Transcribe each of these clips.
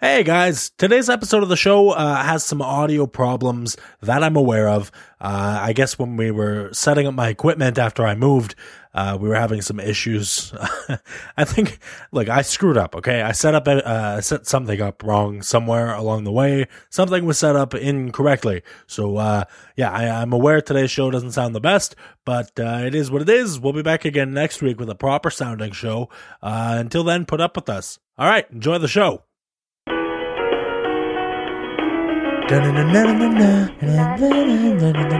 Hey guys, today's episode of the show uh, has some audio problems that I'm aware of. Uh, I guess when we were setting up my equipment after I moved, uh, we were having some issues. I think, look, I screwed up. Okay, I set up, uh, set something up wrong somewhere along the way. Something was set up incorrectly. So uh, yeah, I, I'm aware today's show doesn't sound the best, but uh, it is what it is. We'll be back again next week with a proper sounding show. Uh, until then, put up with us. All right, enjoy the show.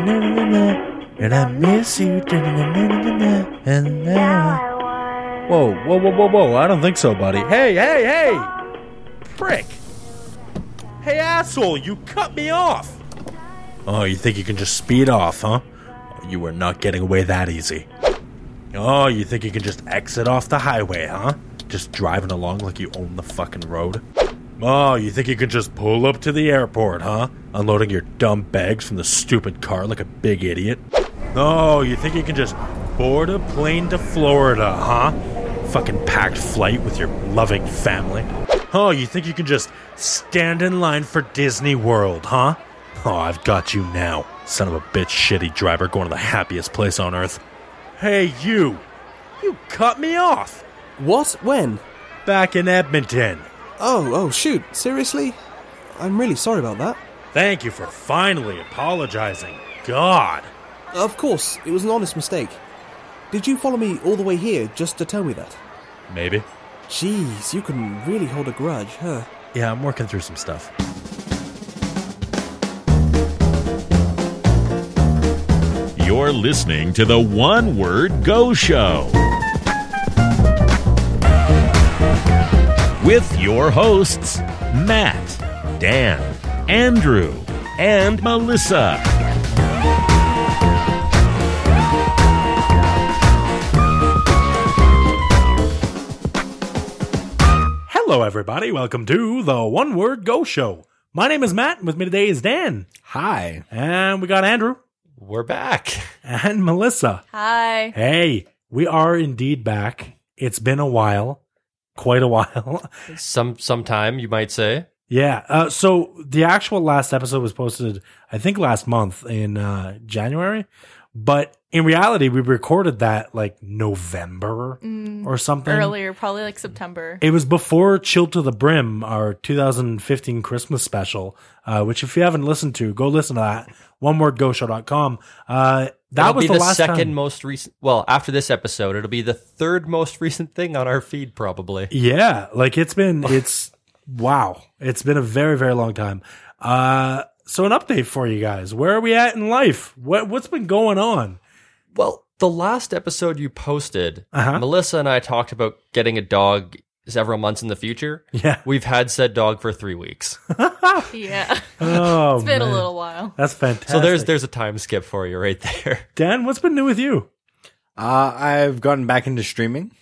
And I miss you. And now. Whoa, whoa, whoa, whoa, whoa. I don't think so, buddy. Hey, hey, hey! Prick! Hey, asshole, you cut me off! Oh, you think you can just speed off, huh? You are not getting away that easy. Oh, you think you can just exit off the highway, huh? Just driving along like you own the fucking road? Oh, you think you can just pull up to the airport, huh? Unloading your dumb bags from the stupid car like a big idiot? Oh, you think you can just board a plane to Florida, huh? Fucking packed flight with your loving family. Oh, you think you can just stand in line for Disney World, huh? Oh, I've got you now. Son of a bitch, shitty driver going to the happiest place on earth. Hey, you! You cut me off! What? When? Back in Edmonton. Oh, oh, shoot. Seriously? I'm really sorry about that. Thank you for finally apologizing. God. Of course, it was an honest mistake. Did you follow me all the way here just to tell me that? Maybe. Jeez, you can really hold a grudge, huh? Yeah, I'm working through some stuff. You're listening to the One Word Go Show with your hosts, Matt, Dan, Andrew, and Melissa. Hello, everybody. Welcome to the One Word Go Show. My name is Matt, and with me today is Dan. Hi. And we got Andrew We're back. and Melissa. Hi. Hey, we are indeed back. It's been a while, quite a while. Some sometime you might say. yeah. Uh, so the actual last episode was posted, I think, last month in uh, January. But in reality, we recorded that like November or something. Earlier, probably like September. It was before Chill to the Brim, our 2015 Christmas special, uh, which if you haven't listened to, go listen to that. OneWordGoShow.com. Uh, that It'll was be the, last second time. most recent. Well, after this episode, it'll be the third most recent thing on our feed, probably. Yeah, like it's been it's wow, it's been a very very long time. Uh, so an update for you guys. Where are we at in life? What what's been going on? Well, the last episode you posted, Uh-huh. Melissa and I talked about getting a dog several months in the future. Yeah. We've had said dog for three weeks, Yeah. Oh, it's been man. a little while. That's fantastic. so there's there's a time skip for you right there. Dan. What's been new with you? Uh, I've gotten back into streaming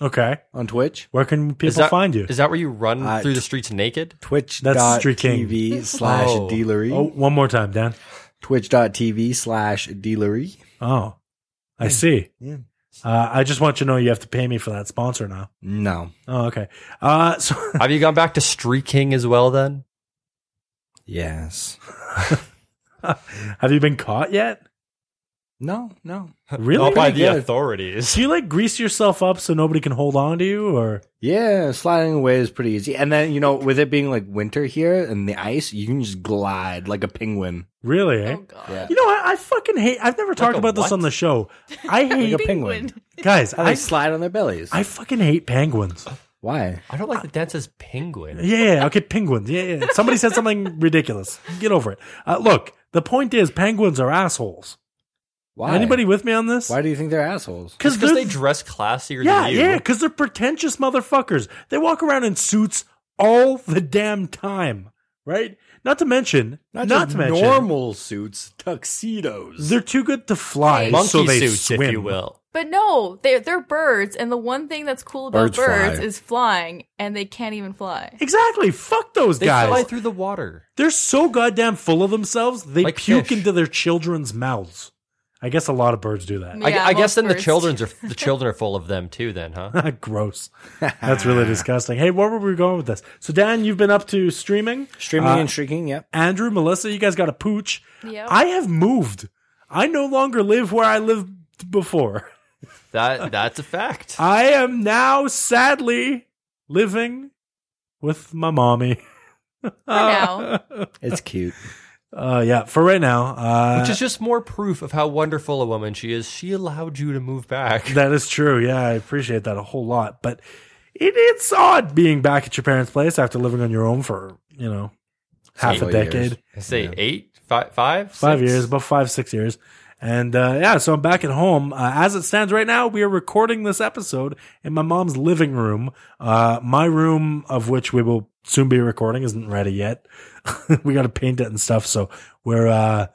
Okay, on Twitch. where can people find you? Is that where you run Uh, through the streets naked? Twitch That's Street King. TV slash Oh. dealery. oh, one more time, Dan. Twitch.tv slash dealery. Oh, I see. Yeah. Uh, I just want you to know you have to pay me for that sponsor now. No. Oh, okay. Uh, so Have you gone back to streaking as well? Then Yes. have you been caught yet? No, no. Really? not by the Yeah. authorities. Do you like grease yourself up so nobody can hold on to you, or Yeah, sliding away is pretty easy. And then, you know, with it being like winter here and the ice, you can just glide like a penguin. really? eh? Oh, God. Yeah. You know, I, I fucking hate. I've never talked a about this what? on the show. I hate Like a penguin. guys. How they I, slide on their bellies. I fucking hate penguins. Why? I don't like the dance as penguin. Yeah, yeah, okay, penguins. Yeah, yeah. Somebody said something ridiculous. Get over it. Uh, look, the point is, penguins are assholes. Why? Anybody with me on this? Why do you think they're assholes? Because they dress classier Yeah, than you. yeah, because they're pretentious motherfuckers. They walk around in suits all the damn time, right? Not to mention, not, just to mention, normal suits, tuxedoes. they're too good to fly, Monkey so they suits, swim. if you will. But no, they're, they're birds, and the one thing that's cool about Birds birds, fly. is flying, and they can't even fly. Exactly. Fuck those They guys. fly through the water. they're so goddamn full of themselves. They Like puke fish. into their children's mouths. I guess a lot of birds do that. I, Yeah, I guess most then the birds children's are the children are full of them too. Then, huh? Gross. That's really disgusting. Hey, where were we going with this? So, Dan, you've been up to streaming. Streaming Uh, and shrieking, yep. Andrew, Melissa, you guys got a pooch. Yep. I have moved. I no longer live where I lived before. That that's a fact. I am now sadly living with my mommy. now. It's cute. Uh, yeah, for right now. Uh, Which is just more proof of how wonderful a woman she is. She allowed you to move back. that is true. Yeah, I appreciate that a whole lot. But it, it's odd being back at your parents' place after living on your own for, you know, half a Several decade. years. I say eight, five, five, five six? years, about five, six years. And uh, yeah, so I'm back at home. Uh, as it stands right now, we are recording this episode in my mom's living room. Uh, my room, of which we will soon be recording, isn't ready yet. we got to paint it and stuff. So we're uh,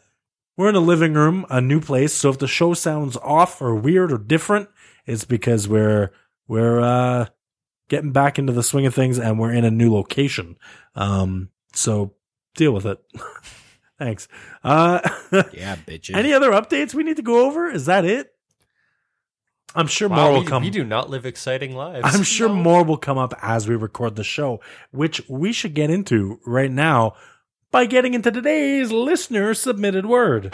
we're in a living room, a new place. So if the show sounds off or weird or different, it's because we're we're uh, getting back into the swing of things and we're in a new location. Um, so deal with it. Thanks. Uh, Yeah, bitches. any other updates we need to go over? Is that it? I'm sure Wow, more we, will come. we do not live exciting lives. I'm sure No. more will come up as we record the show, which we should get into right now by getting into today's listener submitted word.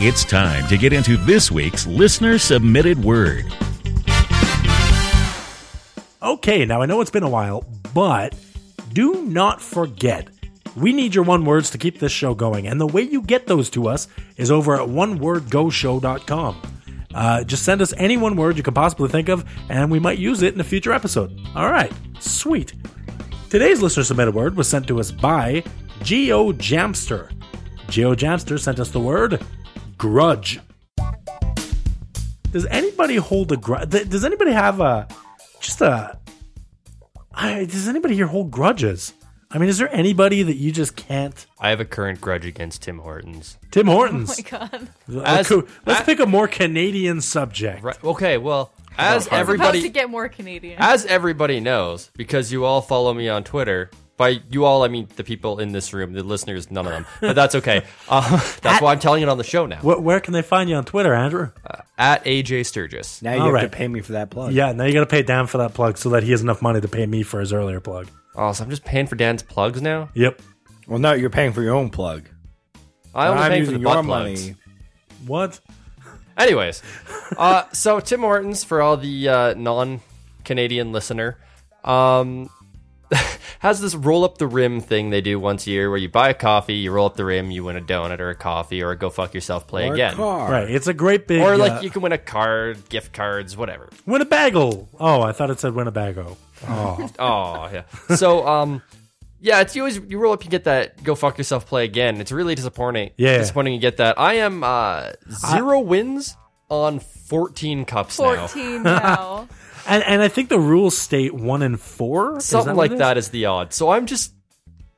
It's time to get into this week's listener submitted word. Okay, now I know it's been a while, but do not forget. We need your one words to keep this show going, and the way you get those to us is over at onewordgoshow.com. Uh, just send us any one word you can possibly think of, and we might use it in a future episode. All right, sweet. Today's listener submitted word was sent to us by Geo Jamster. Geo Jamster sent us the word grudge. Does anybody hold a grudge? Does anybody have a just a? I, does anybody here hold grudges? I mean, is there anybody that you just can't? I have a current grudge against Tim Hortons. Tim Hortons. Oh my god. Let's As- go- let's I- pick a more Canadian subject. Right. Okay. Well, as Everybody to everybody get more Canadian. as everybody knows, because you all follow me on Twitter. By you all, I mean the people in this room, the listeners, none of them. But that's okay. Uh, that's why I'm telling it on the show now. Wh- where can they find you on Twitter, Andrew? At AJ Sturgis. now you All have right. to pay me for that plug. yeah, now you got to pay Dan for that plug so that he has enough money to pay me for his earlier plug. Oh, so I'm just paying for Dan's plugs now. Yep. Well, no, you're paying for your own plug. I only I'm pay for using the your butt money. plugs. What? Anyways, uh, so Tim Hortons for all the uh, non-Canadian listener um, has this roll up the rim thing they do once a year, where you buy a coffee, you roll up the rim, you win a donut or a coffee or a go fuck yourself play Or again, car. Right. It's a great big. or uh, like you can win a card, gift cards, whatever. Winnebago. Oh, I thought it said Winnebago. Oh, Oh yeah. So um, yeah, it's you always you roll up, you get that go fuck yourself play again. It's really disappointing. Yeah. disappointing. You get that. I am uh, zero wins on fourteen cups now. 14 now. and and I think the rules state one in four, Is something that what like it is? that is the odd. So I'm just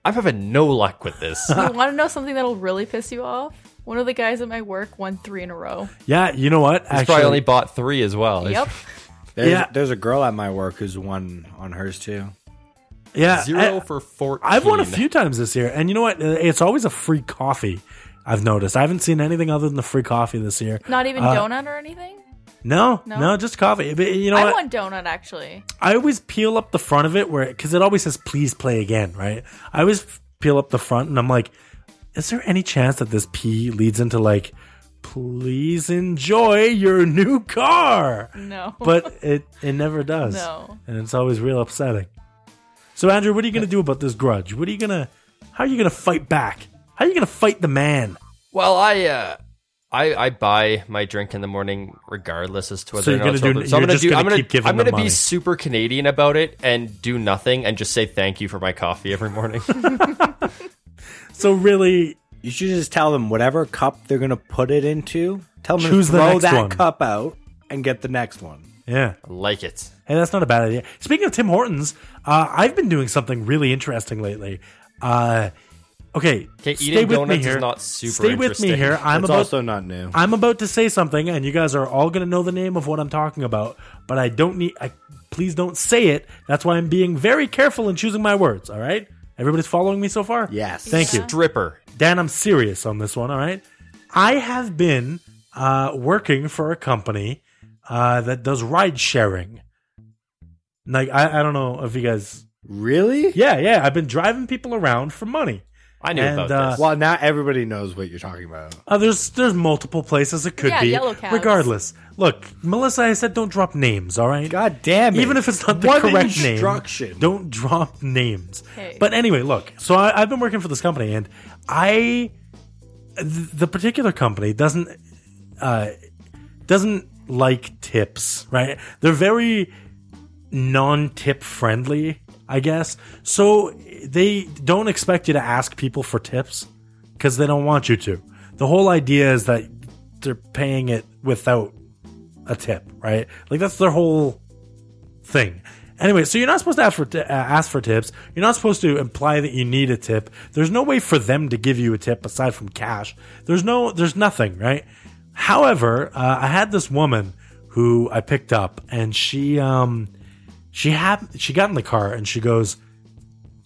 I'm having no luck with this. you want to know something that'll really piss you off? One of the guys at my work won three in a row. Yeah, you know what? He's probably only bought three as well. Yep. There's, Yeah. there's a girl at my work who's one on hers too. yeah, Zero I- for fourteen. I've won a few times this year, and you know what? Uh, It's always a free coffee. I've noticed. I haven't seen anything other than the free coffee this year. Not even Uh, donut or anything? No, no, No? just coffee. But you know I what? want donut actually. I always peel up the front of it where because it always says "please play again," right? I always f- peel up the front, and I'm like, is there any chance that this P leads into like, please enjoy your new car? No. But it it never does. No. and it's always real upsetting. So Andrew, what are you gonna do about this grudge? What are you gonna? How are you gonna fight back? How are you gonna fight the man? Well, I uh I, I buy my drink in the morning regardless as to whether So or you're not it's gonna do- open. So you're I'm gonna just do gonna I'm gonna keep giving I'm them gonna be money. super Canadian about it and do nothing and just say thank you for my coffee every morning. So really, You should just tell them whatever cup they're gonna put it into. Tell them Choose to the throw next that one. cup out and get the next one. yeah. like it. Hey, that's not a bad idea. Speaking of Tim Hortons, uh, I've been doing something really interesting lately. Uh, okay, Okay, stay eating with me donuts is here. not super Stay with me interesting. here. I'm it's about also not new. I'm about to say something, and you guys are all going to know the name of what I'm talking about, but I don't need. I, please don't say it. That's why I'm being very careful in choosing my words. All right, everybody's following me so far. Yes. Thank you, Dripper. Dan. I'm serious on this one. All right. I have been uh, working for a company uh, that does ride sharing. Like I, I don't know if you guys. Really? Yeah, yeah. I've been driving people around for money. I knew And, about uh, this. Well, now everybody knows what you're talking about. Uh, there's there's multiple places it could Yeah, be. yellow cabs. Regardless, look, Melissa, I said don't drop names. All right. God damn it. Even if it's not the What correct instruction? name, don't drop names. Okay. But anyway, look. So I, I've been working for this company, and I, th- the particular company doesn't, uh, doesn't like tips. Right? They're very non-tip friendly, I guess. So they don't expect you to ask people for tips because they don't want you to. The whole idea is that they're paying it without a tip, right? Like that's their whole thing. Anyway, so you're not supposed to ask for t- uh, ask for tips. You're not supposed to imply that you need a tip. There's no way for them to give you a tip aside from cash. There's no there's nothing, right? However, uh, I had this woman who I picked up, and she um she had she got in the car and she goes,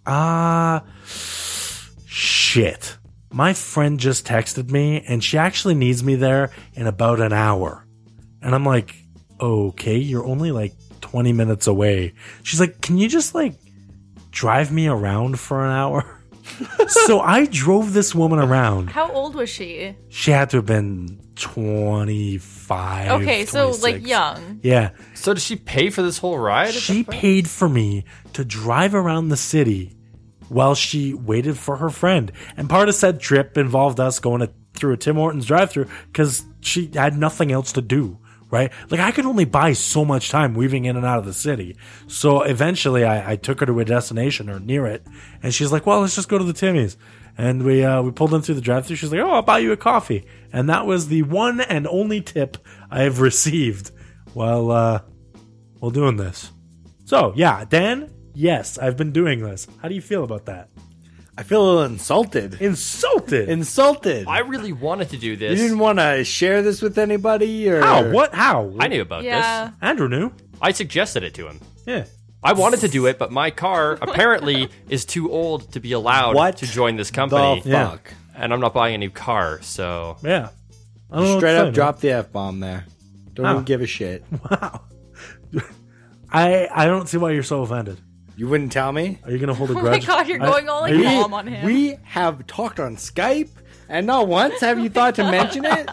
ah, shit. My friend just texted me, and she actually needs me there in about an hour. And I'm like, okay, you're only like 20 minutes away. She's like, can you just like drive me around for an hour? so I drove this woman around. How old was she? She had to have been 25. Okay, so 26. like young. Yeah. so did she pay for this whole ride? She paid for me to drive around the city while she waited for her friend. And part of said trip involved us going to, through a Tim Hortons drive through because she had nothing else to do, right? Like, I could only buy so much time weaving in and out of the city. So eventually, I, I took her to a destination or near it. And she's like, well, let's just go to the Timmy's. And we uh, we pulled in through the drive through. She's like, oh, I'll buy you a coffee. And that was the one and only tip I have received while, uh, while doing this. So yeah, Dan. Yes, I've been doing this. How do you feel about that? I feel a little insulted. Insulted. Insulted. I really wanted to do you this. didn't want to share this with anybody or How? What? How? I knew about Yeah. this. Andrew knew. I suggested it to him. Yeah. I wanted to do it, but my car apparently is too old to be allowed What to join this The company. Yeah. fuck. And I'm not buying a new car, so Yeah. I don't know what Straight to up say, drop the F bomb there. Don't Huh. even give a shit. man. Wow. I I don't see why you're so offended. You wouldn't tell me? Are you gonna hold a Oh my grudge? god, you're I- going all like Maybe- mom on him. We have talked on Skype and not once have you thought to mention it?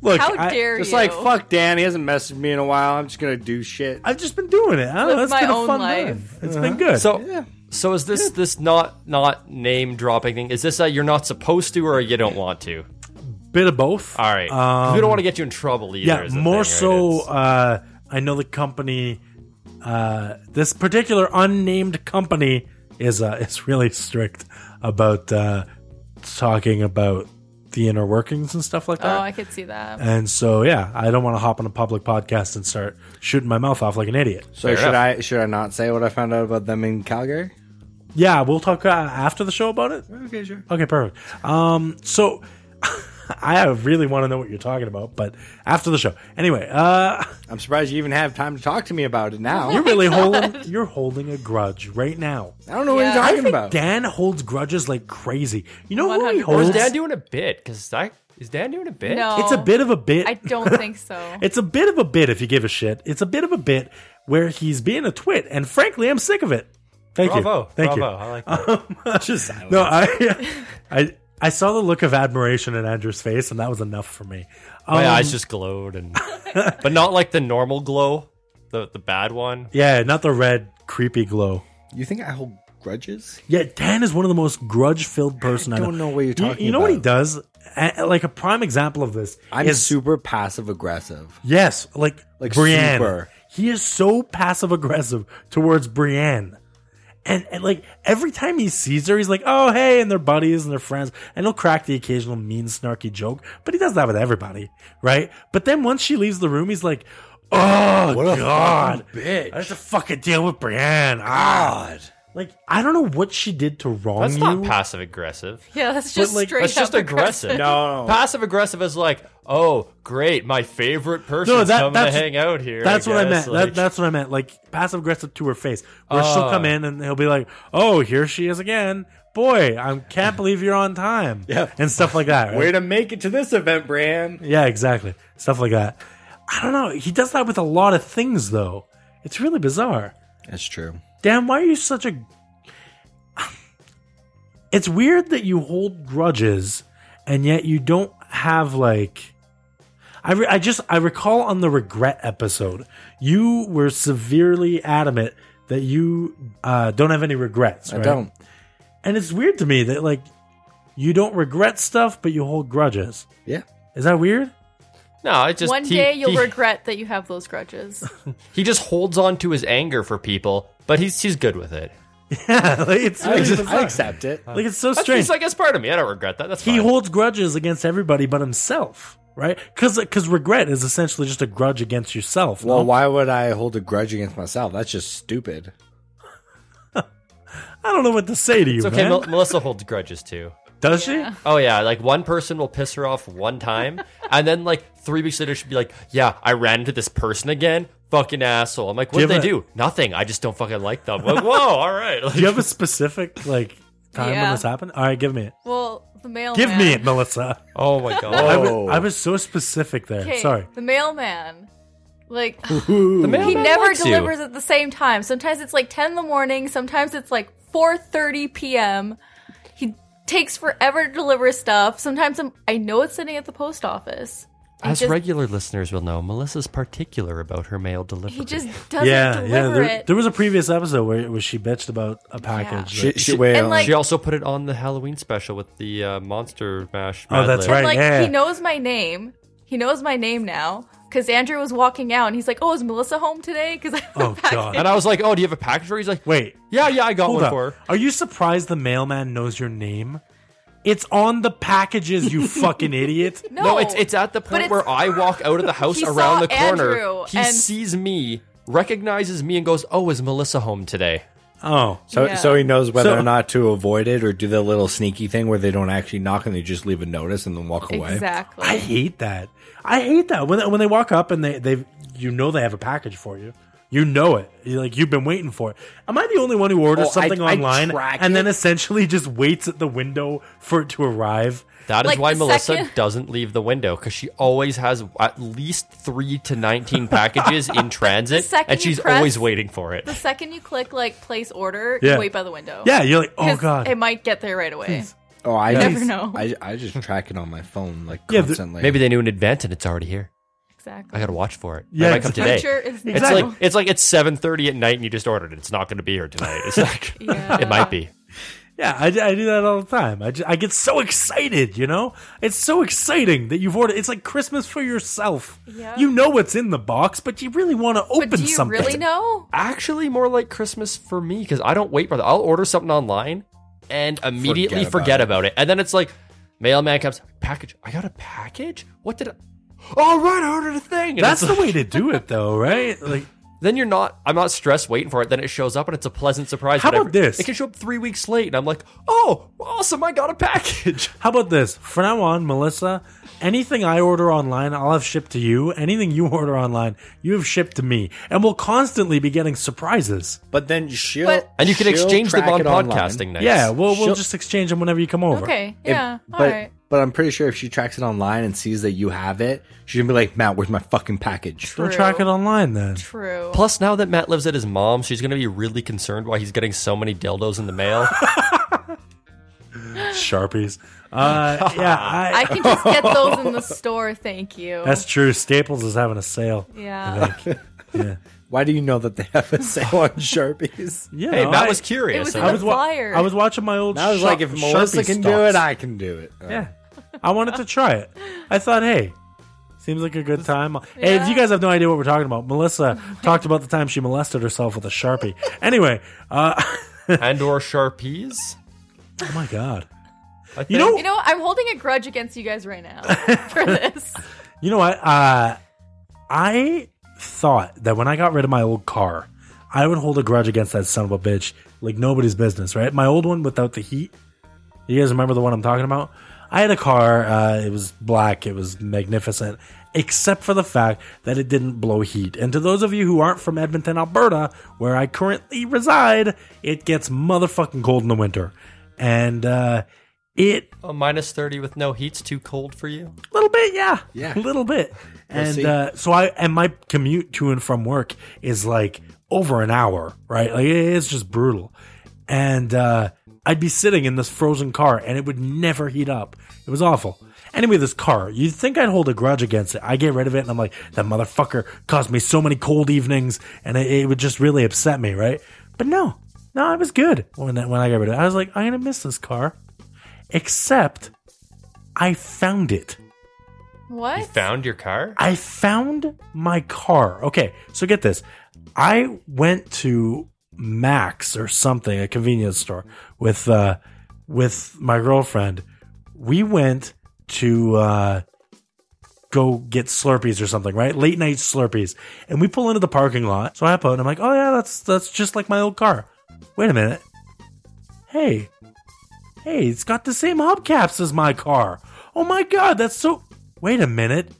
Look, How I- dare Just you? like fuck Dan, he hasn't messaged me in a while. I'm just gonna do shit. I've just been doing it. I don't know. Live It's my been a own fun life. Uh-huh. life. It's been good. So, so is this this not not name dropping thing? Is this a you're not supposed to or you don't want to? bit of both. All right, 'Cause we don't want to get you in trouble either. Um, yeah is the more thing, right? so It's- uh, i know the company uh, this particular unnamed company is uh, is really strict about uh, talking about the inner workings and stuff like Oh, that I could see that. and so yeah i don't want to hop on a public podcast and start shooting my mouth off like an idiot So should I should I not say what I found out about them in Calgary? yeah we'll talk uh, after the show about it Okay, sure. Okay, perfect. Um, so I really want to know what you're talking about, but after the show. Anyway, uh, I'm surprised you even have time to talk to me about it now. you're really holding you're holding a grudge right now. I don't know what Yeah. you're I talking I think about. Dan holds grudges like crazy. You know who he 100%. or holds? is Dan doing a bit? Because I is Dan doing a bit? No. it's a bit of a bit. I don't think so. it's a bit of a bit if you give a shit. It's a bit of a bit where he's being a twit, and frankly, I'm sick of it. Thank Bravo, you. Uh, Thank bravo. you. I like that. Just no, I, I, I saw the look of admiration in Andrew's face, and that was enough for me. Um, my eyes just glowed, and but not like the normal glow, the the bad one. Yeah, not the red creepy glow. You think I hold grudges? Yeah, Dan is one of the most grudge-filled person I, don't know what you're You- talking You, know what he about. does? A- like a prime example of this I'm is super passive aggressive. yes, like Like Brienne. super. He is so passive aggressive towards Brienne. And, and like every time he sees her, he's like, "Oh hey," and they're buddies and they're friends, and he'll crack the occasional mean, snarky joke. But he does that with everybody, right? But then once she leaves the room, he's like, "Oh god, bitch. I have to fucking deal with Brienne." Ah, like I don't know what she did to wrong That's you. not passive aggressive. yeah, that's just like, straight That's just up aggressive. No. passive aggressive is like, oh, great, my favorite person that- coming to that's- hang out here. That's I what I guess, meant. that, like- Ah. that's what I meant. Like passive aggressive to her face, where she'll come in and he'll be like, "Oh, here she is again," boy, I can't believe you're on time. Yeah. And stuff like that. right? Way to make it to this event, Bran. Yeah, exactly. Stuff like that. I don't know. He does that with a lot of things, though. It's really bizarre. That's true. Dan, why are you such a. It's weird that you hold grudges and yet you don't have, like. I, re- I just. I recall on the regret episode, you were severely adamant that you uh, don't have any regrets. I right? don't. And it's weird to me that, like, you don't regret stuff, but you hold grudges. Yeah. Is that weird? No, I just One he- day you'll he- regret that you have those grudges. He just holds on to his anger for people, but he's he's good with it. Yeah, like it's I, really just, bizarre. I accept it. Like it's so That's, strange. he's like it's part of me. I don't regret that. That's he fine. holds grudges against everybody but himself, right? Because regret is essentially just a grudge against yourself. Well, no? why would I hold a grudge against myself? That's just stupid. I don't know what to say to you, It's okay. man. Mel- Melissa holds grudges too. Does she? Oh yeah, like one person will piss her off one time, and then like three weeks later she'd be like, "Yeah, I ran into this person again, fucking asshole." I'm like, "What did Give they it- do? Nothing. I just don't fucking like them." like, whoa, all right. Like, Do you have a specific like time when Yeah. this happened? All right, give me it. well, the mailman. Give me it, Melissa. oh my I god, was, Oh. I was so specific there. Okay, Sorry. The mailman. Like the man he never delivers at the same time. Sometimes it's like 10 in the morning, sometimes it's like 4:30 p.m. He takes forever to deliver stuff. Sometimes I'm, I know it's sitting at the post office. He As just- regular listeners will know, Melissa's particular about her mail delivery. he just doesn't Yeah, yeah. deliver There, it. there was a previous episode where it was she bitched about a package. that- Shit, shit, wait, and, uh, like- she also put it on the Halloween special with the uh, monster mash. Oh, Mad that's Lib. right. And, like yeah. he knows my name. He knows my name now because Andrew was walking out and he's like, "Oh, is Melissa home today?" Because I Oh, packed God. it." And I was like, "Oh, do you have a package?" for her?" He's like, Wait, "Yeah, yeah, I got hold one up. for." her." Are you surprised the mailman knows your name? It's on the packages, you fucking idiot. No, it's it's at the point it's- where I walk out of the house He around saw the corner. Andrew, he and- sees me, recognizes me, and goes, "Oh, is Melissa home today?" Oh, So, Yeah. so he knows whether So- or not to avoid it or do the little sneaky thing where they don't actually knock and they just leave a notice and then walk away. exactly. I hate that. I hate that when when they walk up and they they you know they have a package for you. You know it. You're like you've been waiting for it. Am I the only one who orders Oh, I- something I online track and then it. essentially just waits at the window for it to arrive? That is Like why the Melissa does second- doesn't leave the window because she always has at least three to nineteen packages in transit, second and you she's press- always waiting for it. the second you click like place order, Yeah. you wait by the window. Yeah, you're like, oh 'Cause god. it might get there right away. Oh, I never just, know. I, I just track it on my phone like Yeah, the- constantly. Maybe they knew in advance and it's already here. Exactly. I gotta watch for it. Yeah, Yeah, it might come exactly. today. Future is It's Exactly. like it's like it's seven thirty at night and you just ordered it. It's not gonna be here tonight. It's like Yeah. it might be. Yeah, I, I do that all the time. I, ju- I get so excited, you know? It's so exciting that you've ordered. It's like Christmas for yourself. Yeah. You know what's in the box, but you really want to open but do you something. really know? Actually, more like Christmas for me because I don't wait for that. I'll order something online and immediately Forget about forget, it. about, it. And then it's like, mailman comes, package. I got a package? What did I. Oh, right, I ordered a thing. And That's it's the like- way to do it, though, right? Like, Then you're not, I'm not stressed waiting for it. Then it shows up and it's a pleasant surprise. How but I- about this? It can show up three weeks late and I'm like, oh, awesome, I got a package. How about this? From now on, Melissa, anything I order online, I'll have shipped to you. Anything you order online, you have shipped to me. And we'll constantly be getting surprises. But then she'll But- And you can she'll exchange them track on it online. podcasting nights. Yeah, we'll, we'll She'll- just exchange them whenever you come over. Okay. If- Yeah. but, All right. But I'm pretty sure if she tracks it online and sees that you have it, she's gonna be like, "Matt, where's my fucking package?" We'll track it online then. True. Plus, now that Matt lives at his mom's, she's going to be really concerned why he's getting so many dildos in the mail. Sharpies. Uh, yeah, I, I can just get those in the store. Thank you. that's true. Staples is having a sale. yeah. Why do you know that they have a sale on Sharpies? Yeah, hey, Matt I, was curious. It was I in the wa- flyer. I was watching my old. I was Shar- like, if Sharpie Melissa can do stocks. it, I can do it. Uh, Yeah. I wanted to try it. I thought, hey, seems like a good time. Hey, if you guys have no idea what we're talking about, Melissa talked about the time she molested herself with a Sharpie. Anyway, uh, and or sharpies. oh my God. I think. You know, you know, what? I'm holding a grudge against you guys right now for this. you know what? Uh, I thought that when I got rid of my old car, I would hold a grudge against that son of a bitch like nobody's business, right? My old one without the heat. You guys remember the one I'm talking about? I had a car. Uh, it was black. It was magnificent, except for the fact that it didn't blow heat. And to those of you who aren't from Edmonton, Alberta, where I currently reside, it gets motherfucking cold in the winter. and uh, it Oh, minus 30 with no heat's too cold for you? little bit, yeah, Yeah. a little bit. And see. uh, so I and my commute to and from work is like over an hour, right? Like it- it's just brutal. And uh, I'd be sitting in this frozen car, and it would never heat up. It was awful. Anyway, this car, you'd think I'd hold a grudge against it. I get rid of it, and I'm like, that motherfucker caused me so many cold evenings, and it, it would just really upset me, right? But no, no, it was good when when I got rid of it. I was like, I'm gonna miss this car, except I found it. What? You found your car? I found my car. Okay, so get this. I went to Max or something, a convenience store, with uh, with my girlfriend. We went to uh, go get Slurpees or something, right? Late night Slurpees, and we pull into the parking lot. So I hop out and I'm like, "Oh yeah, that's that's just like my old car." Wait a minute. Hey, hey, it's got the same hubcaps as my car. Oh my god, that's so. Wait a minute.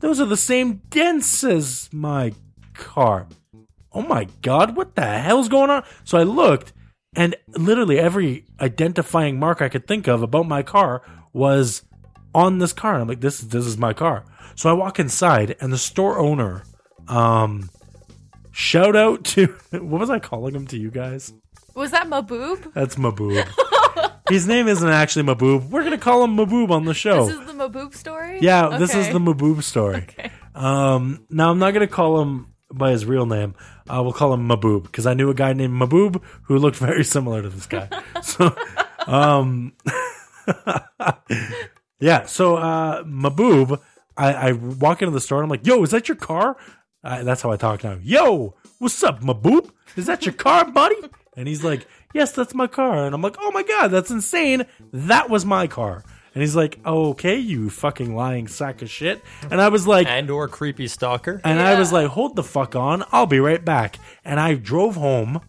Those are the same dents as my car. Oh my god, what the hell's going on? So I looked, and literally every identifying mark I could think of about my car was on this car. And I'm like, this this is my car. So I walk inside, and the store owner, um, shout out to what was I calling him to you guys? Was that Maboob? That's Maboob. His name isn't actually Maboob. We're gonna call him Maboob on the show. This is the Maboob story? yeah, this is Okay. the Maboob story. Okay. Um, now I'm not gonna call him by his real name. Uh, we'll call him Maboob because I knew a guy named Maboob who looked very similar to this guy. so, um, yeah. So uh, Maboob, I, I walk into the store and I'm like, "Yo, is that your car?" Uh, that's how I talk now. Yo, what's up, Maboob? Is that your car, buddy? And he's like, "Yes, that's my car." And I'm like, "Oh my god, that's insane! That was my car." And he's like, "Okay, you fucking lying sack of shit." And I was like, And or creepy stalker? and I was like, hold the fuck on. I'll be right back. And I drove home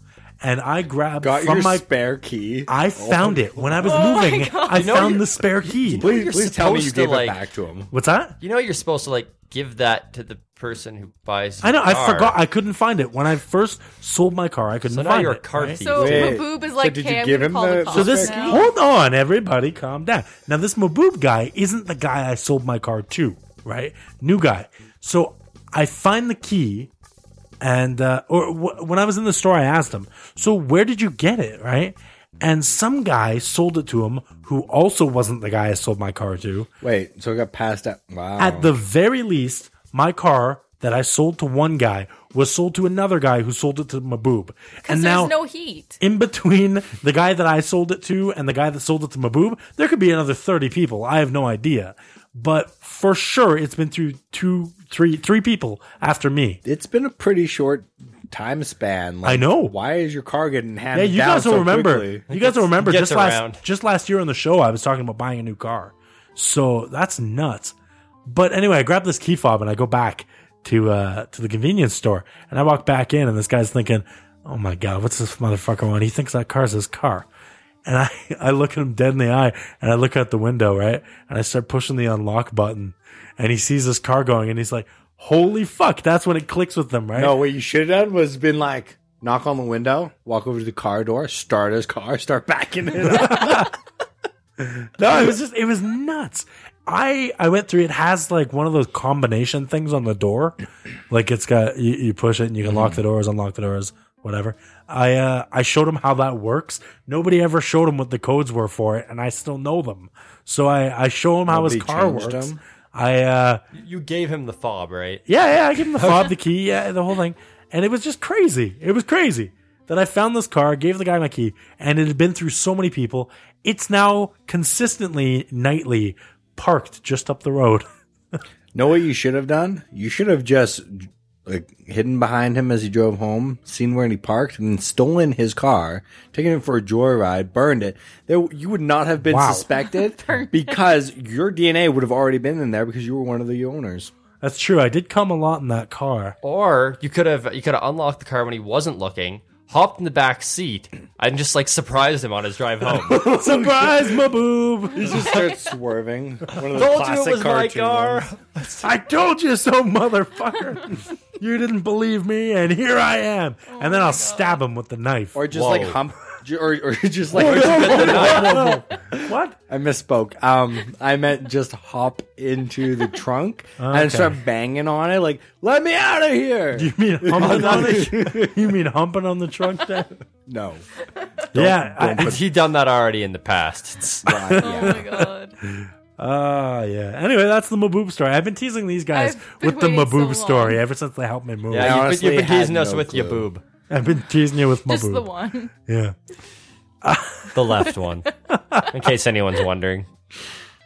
and I grabbed Got from your my. spare key. I found it when I was moving. I found the spare key. please, You're please tell me you supposed to, gave like- it back to him. What's that? You know you're supposed to like give that to the person who buys. I know. your I car. forgot. I couldn't find it when I first sold my car. I couldn't So find now you're a it. car thief. So Wait, Maboob is so like, did you hey, I'm give gonna him call the, the- cops So this, now. hold on, everybody, calm down. Now this Maboob guy isn't the guy I sold my car to, right? New guy. So I find the key, and uh, or w- when I was in the store, I asked him, "So where did you get it?" Right? And some guy sold it to him who also wasn't the guy I sold my car to. Wait, so it got passed out. Wow. At the very least, my car that I sold to one guy was sold to another guy who sold it to Maboob. Because And there's now no heat. in between the guy that I sold it to and the guy that sold it to Maboob, there could be another 30 people. I have no idea. But for sure, it's been through two, three, three people after me. it's been a pretty short time span. Like, I know. Why is your car getting Yeah, handed you down guys so will remember. quickly? You guys will remember gets just around. last, just last year on the show, I was talking about buying a new car. So that's nuts. But anyway, I grab this key fob and I go back to uh, to the convenience store and I walk back in and this guy's thinking, "Oh my god, what's this motherfucker want? He thinks that car's his car." And I, I look at him dead in the eye and I look out the window, right? And I start pushing the unlock button and he sees this car going and he's like, holy fuck. That's when it clicks with them, right? No, what you should have done was been like knock on the window, walk over to the car door, start his car, start backing it up. No, it was just it was nuts. I I went through. It has like one of those combination things on the door, like it's got you, you push it and you can lock the doors, unlock the doors, whatever. I uh, I showed him how that works. Nobody ever showed him what the codes were for it, and I still know them. So I I show him how his Nobody car changed works. them? I uh, You gave him the fob, right? yeah, yeah. I gave him the fob, the key, yeah, the whole thing. And it was just crazy. It was crazy that I found this car, gave the guy my key, and it had been through so many people. It's now consistently nightly parked just up the road. know what you should have done? You should have just like hidden behind him as he drove home, seen where he parked, and then stolen his car, taken it for a joyride, burned it. There, you would not have been Wow. suspected because your DNA would have already been in there because you were one of the owners. That's true. I did come a lot in that car. Or you could have you could have unlocked the car when he wasn't looking, hopped in the back seat, and just like surprised him on his drive home. Oh, Surprise, my boob! Just start swerving. One of the Told you it classic was my cartoons. car. I told you so, motherfucker. you didn't believe me, and here I am. and then I'll stab him with the knife. Or just Whoa. like hump, J- or, or just like What? I misspoke. Um, I meant just hop into the trunk and Okay. start banging on it, like "Let me out of here!" You mean humping on it? You mean humping on the trunk? Then? no, yeah. I- he done that already in the past. It's- Oh my god. Ah, yeah. Anyway, that's the Maboob story. I've been teasing these guys I've been with the waiting so Maboob long. story ever since they helped me move. yeah, you've been, honestly you've been had teasing us no with your clue. boob, I've been teasing you with Just Maboob. the one. Yeah. the left one, in case anyone's wondering.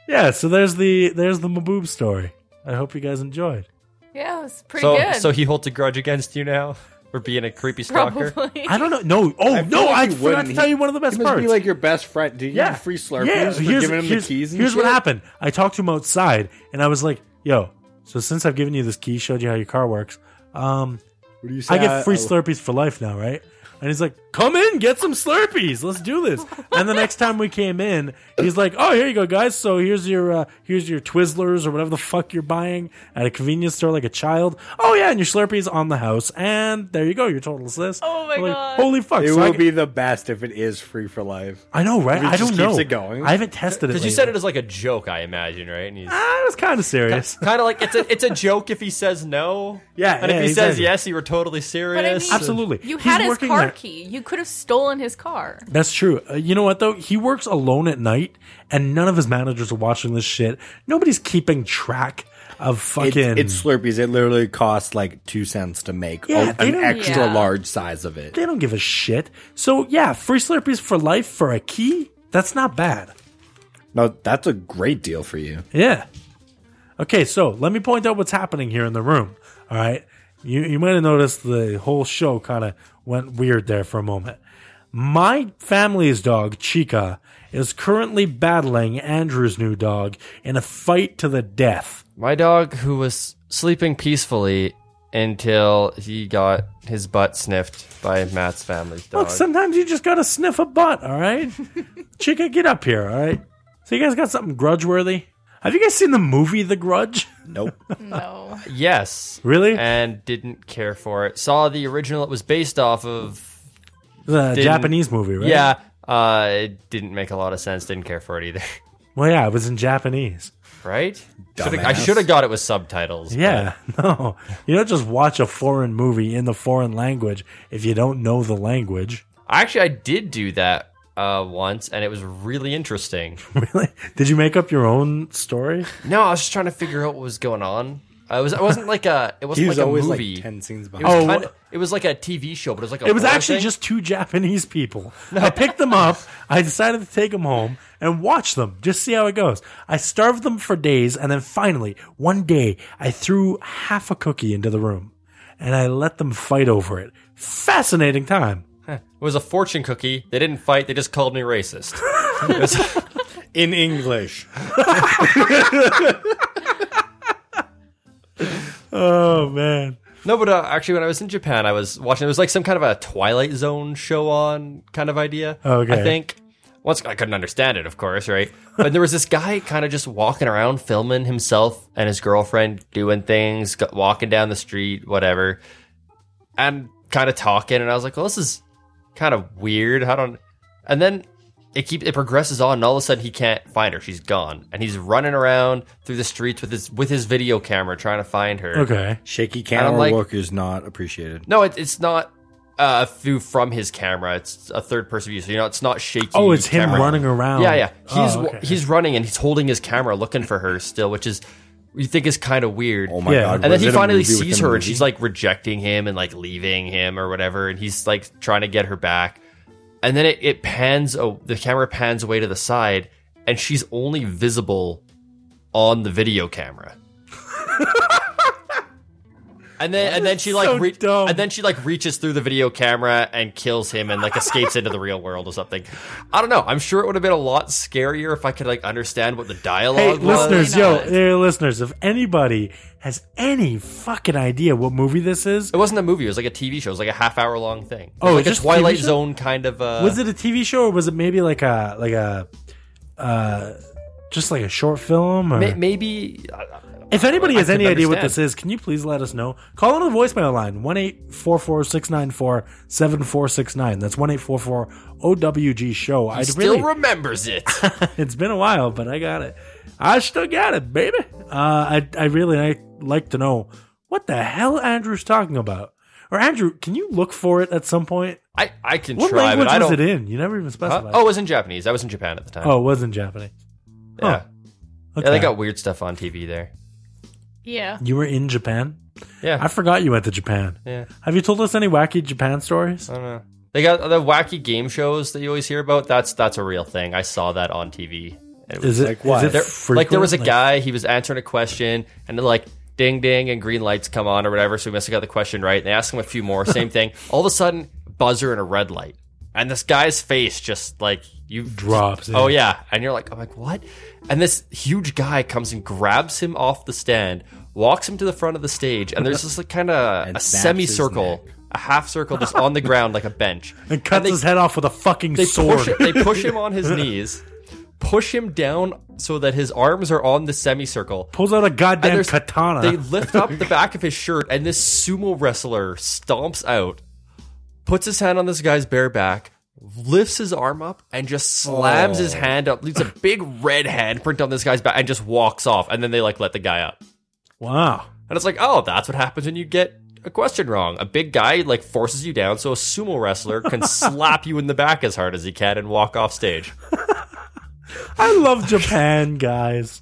Yeah. So there's the there's the Maboob story. I hope you guys enjoyed. Yeah, it was pretty So, good. so he holds a grudge against you now for being a creepy stalker. probably. I don't know. No. Oh feel no! like I he forgot wouldn't. to He- tell you one of the best he must parts. be like your best friend. Do you yeah. give free slurpees Yeah. for here's, giving him here's- the keys? And here's shit? what happened. I talked to him outside, and I was like, "Yo, so since I've given you this key, showed you how your car works, um, What do you say? Oh, I get free Slurpees for life now, right? And he's like, "Come in, get some Slurpees. Let's do this." And the next time we came in, he's like, "Oh, here you go, guys. So here's your uh, here's your Twizzlers or whatever the fuck you're buying at a convenience store like a child. Oh yeah, and your Slurpees on the house. And there you go, your total assist. Oh, my We're like, God. Holy fuck! It So I, will be the best if it is free for life. I know, right? it I don't just know. keeps it going. I haven't tested it. Because you lately. said it as like a joke, I imagine, right? And he's Ah, it was kind of serious. kind of like it's a it's a joke if he says no. Yeah, and yeah, if he says exactly. yes, you were totally But I serious. mean, Absolutely. You He's had his working car there. key. You could have stolen his car. That's true. Uh, you know what though? He works alone at night, and none of his managers are watching this shit. Nobody's keeping track of It's, fucking. it's Slurpees. It literally costs like two cents to make Yeah, a, they an don't- extra Yeah. large size of it. they don't give a shit. So yeah, free Slurpees for life for a key. That's not bad. No, that's a great deal for you. Yeah. Okay, so let me point out what's happening here in the room. All right. You you might have noticed the whole show kind of went weird there for a moment. My family's dog, Chica, is currently battling Andrew's new dog in a fight to the death. My dog, who was sleeping peacefully until he got his butt sniffed by Matt's family's dog. Look, sometimes you just gotta sniff a butt, all right? Chica, get up here, all right? So you guys got something grudge-worthy? Have you guys seen the movie The Grudge? Nope. Uh, No. yes, Really? and didn't care for it. Saw the original it was based off of. The Didn't- Japanese movie, right? Yeah, uh, it didn't make a lot of sense. Didn't care for it either. Well, yeah, it was in Japanese. Right? Should've- I Dumbass. should have got it with subtitles. Yeah, no. You don't just watch a foreign movie in the foreign language if you don't know the language. Actually, I did do that uh, once, and it was really interesting. Really? Did you make up your own story? No, I was just trying to figure out what was going on. I was. It wasn't like a. It wasn't He like was a always movie. like ten scenes it behind. was Oh, kind of, It was like a TV show, but it was like a. It was horror actually thing. just two Japanese people. I picked them up. I decided to take them home and watch them, just see how it goes. I starved them for days, and then finally, one day, I threw half a cookie into the room and I let them fight over it. Fascinating time. It was a fortune cookie. They didn't fight. They just called me racist. It was- in English. Oh, man. no, but uh, actually, when I was in Japan, I was watching. It was like some kind of a Twilight Zone show on kind of idea. Okay. I think. Once I couldn't understand it, of course, right? But there was this guy kind of just walking around, filming himself and his girlfriend doing things, go- walking down the street, whatever. and kind of talking, and I was like, "Well, this is kind of weird. I don't." And then it keep it progresses on, and all of a sudden he can't find her. She's gone, and he's running around through the streets with his with his video camera trying to find her. Okay. Shaky camera like- work is not appreciated. No, it, it's not uh, through from his camera. It's a third person view, so you know it's not shaky. Oh, it's him camera. running around. Yeah, yeah. He's Oh, okay. he's running and he's holding his camera looking for her still, which is you think is kind of weird. Oh my Yeah. god! and then was he it a finally movie sees within a her and movie? she's like rejecting him and like leaving him or whatever and he's like trying to get her back and then it, it pans oh the camera pans away to the side and she's only visible on the video camera and then and then she like so re- dumb. and then she like reaches through the video camera and kills him and like escapes into the real world or something i don't know i'm sure it would have been a lot scarier if i could like understand what the dialogue Hey, was listeners, yo, not. hey, listeners, if anybody has any fucking idea what movie this is, It wasn't a movie. It was like a TV show. It was like a half hour long thing. It was Oh, like just a a Twilight TV show? Zone kind of. Uh, was it a TV show or was it maybe like a like a uh just like a short film or may- maybe? I- I don't know. If anybody I has any couldn't idea what this understand. is, can you please let us know? Call into the voicemail line one eight four four six nine four seven four six nine. That's one eight four four OWG show. I He still really, remembers it. it's been a while, but I got it. I still got it, baby. Uh, I I really I like to know what the hell Andrew's talking about. Or Andrew, can you look for it at some point? I, I can What try, language but I was it don't. in? You never even Huh? specified. Oh, it was in Japanese. I was in Japan at the time. oh, it was in Japanese. yeah. huh. yeah, they Okay. got weird stuff on TV there. Yeah. You were in Japan. Yeah, I forgot you went to Japan. yeah. Have you told us any wacky Japan stories? I don't know. They got the wacky game shows that you always hear about. That's that's a real thing. I saw that on TV. It Is was it like is what? it there, like frequent? there was a guy he was answering a question and then like ding ding and green lights come on or whatever so he must have got the question right and they ask him a few more same thing all of a sudden buzzer and a red light and this guy's face just like you Drops, oh yeah. yeah and you're like i'm like what and this huge guy comes and grabs him off the stand walks him to the front of the stage and there's this like kind of And a snaps his semicircle a half circle just on the ground like a bench and cuts they- his head off with a fucking they sword. Push, they push him on his knees, push him down so that his arms are on the semicircle. Pulls out a And goddamn there's- katana. They lift up the back of his shirt, and this sumo wrestler stomps out, puts his hand on this guy's bare back, lifts his arm up, and just slams Oh. his hand up, leaves a big red handprint on this guy's back, and just walks off. And then they like let the guy up. wow. And it's like, oh, that's what happens when you get a question wrong. A big guy like forces you down, so a sumo wrestler can slap you in the back as hard as he can and walk off stage. I love Japan, guys.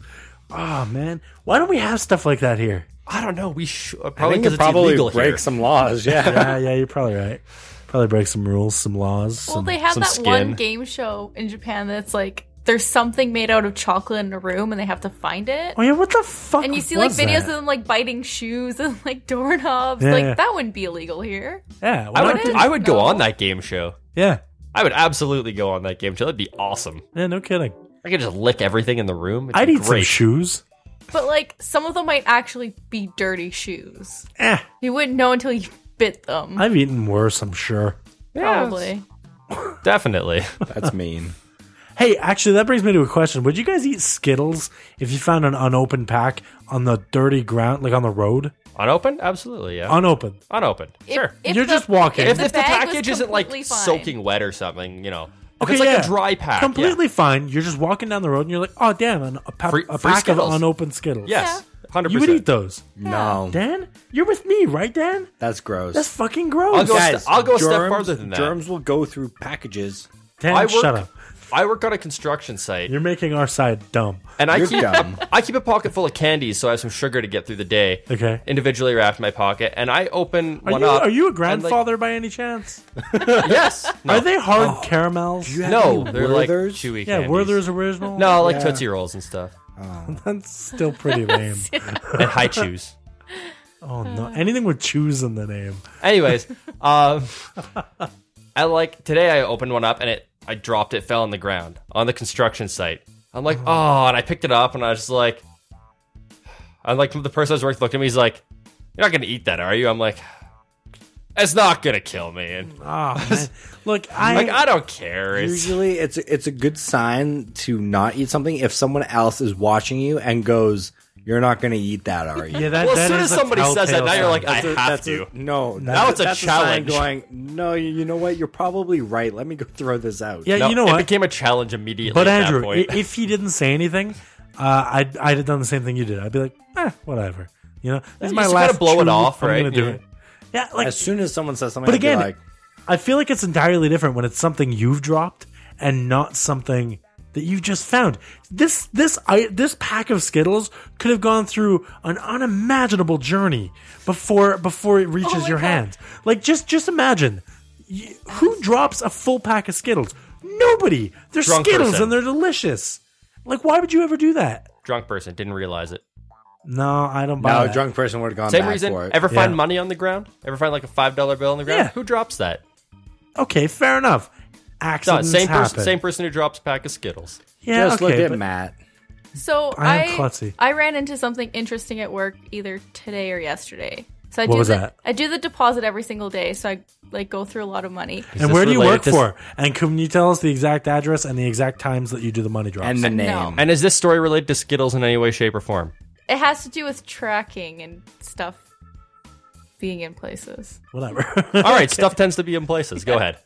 Oh man, why don't we have stuff like that here? I don't know. We sh- uh, I probably think because it it's probably illegal break here. some laws. Yeah. Yeah, yeah, you're probably right. Probably break some rules, some laws. Well, Some, they have some that skin. one game show in Japan that's like there's something made out of chocolate in a room and they have to find it. oh yeah, what the fuck? and you see like was videos that? of them like biting shoes and like doorknobs. Yeah, like yeah. that wouldn't be illegal here. yeah, why I not would. do- I would go No. on that game show. yeah, I would absolutely go on that game show. That'd be awesome. yeah, no kidding. I could just lick everything in the room. It'd I'd be eat some great. shoes. But like some of them might actually be dirty shoes. Eh, You wouldn't know until you bit them. I've eaten worse, I'm sure. probably. Definitely. That's mean. Hey, actually, that brings me to a question. Would you guys eat Skittles if you found an unopened pack on the dirty ground, like on the road, Unopened, absolutely. Yeah. unopened? Unopened. sure. If You're the- just walking. If, the if the bag was package isn't like completely fine. soaking wet or something, you know, if Okay, it's like yeah. a dry pack, yeah. completely fine. You're just walking down the road and you're like, oh damn, an, a, pa- Free- a free pack of Skittles. unopened Skittles. Yes. Hundred you would eat those. No, Dan, you're with me, right, Dan? that's gross. That's fucking gross. I'll go a st- I'll go a step germs- farther than that. Germs will go through packages. Dan, I work. shut up. I work on a construction site, You're making our side dumb. and I You're keep dumb. I keep a pocket full of candies, so I have some sugar to get through the day. Okay. Individually wrapped in my pocket, and I open Are one you, up. are you a and, like, grandfather by any chance? Yes. No. Oh, Are they hard caramels? No, they're Werther's? like chewy. yeah, candies. Werther's original. No, like Tootsie Rolls and stuff, that's still pretty lame. and high chews. oh no, anything with chews in the name. Anyways, um, I like today. I opened one up and it. I dropped it, fell on the ground on the construction site. I'm like, oh, and I picked it up and I was just like, I'm like, the person I was with looked at me. He's like, you're not gonna eat that, are you? I'm like, it's not gonna kill me. And Oh, man. look, I, like, I don't care. It's, Usually, it's a, it's a good sign to not eat something if someone else is watching you and goes, "You're not going to eat that, are you?" yeah, that, well, as that soon is as a somebody says that, telltale now you're sign. like, I That's a- have that's a- to. no, Now it's a that's sign challenge. going, no, you, you know what? You're probably right. Let me go throw this out. yeah, No, you know it what? became a challenge immediately. But at that Andrew, i point. if he didn't say anything, uh, I'd I'd have done the same thing you did. I'd be like, eh, whatever. You know, this is you my just last. gotta blow it chew, off, I'm right? Gonna do Yeah. it. Yeah, like As soon as someone says something, But I'd be again- like, I feel like it's entirely different when it's something you've dropped and not something that you've just found. This this I, this pack of Skittles could have gone through an unimaginable journey before before it reaches Oh my your God. hands. Like just just imagine Y- who drops a full pack of Skittles? Nobody. They're Drunk Skittles person. and they're delicious. Like why would you ever do that? drunk person didn't realize it. No, I don't buy no, that. a drunk person would have gone Same back reason. for it. Ever find Yeah. money on the ground? Ever find like a five dollar bill on the ground? Yeah. Who drops that? Okay, fair enough. Done. Accidents Same happen. person. Same person who drops a pack of Skittles. Yeah, Just okay, look at but- Matt. So I I am klutzy. I ran into something interesting at work either today or yesterday. So I What do was the, that? I do the deposit every single day, so I like go through a lot of money. And this where do you related work to- for? And can you tell us the exact address and the exact times that you do the money drops? And the name. No. And is this story related to Skittles in any way, shape, or form? It has to do with tracking and stuff being in places. Whatever. All right, stuff tends to be in places. Go ahead.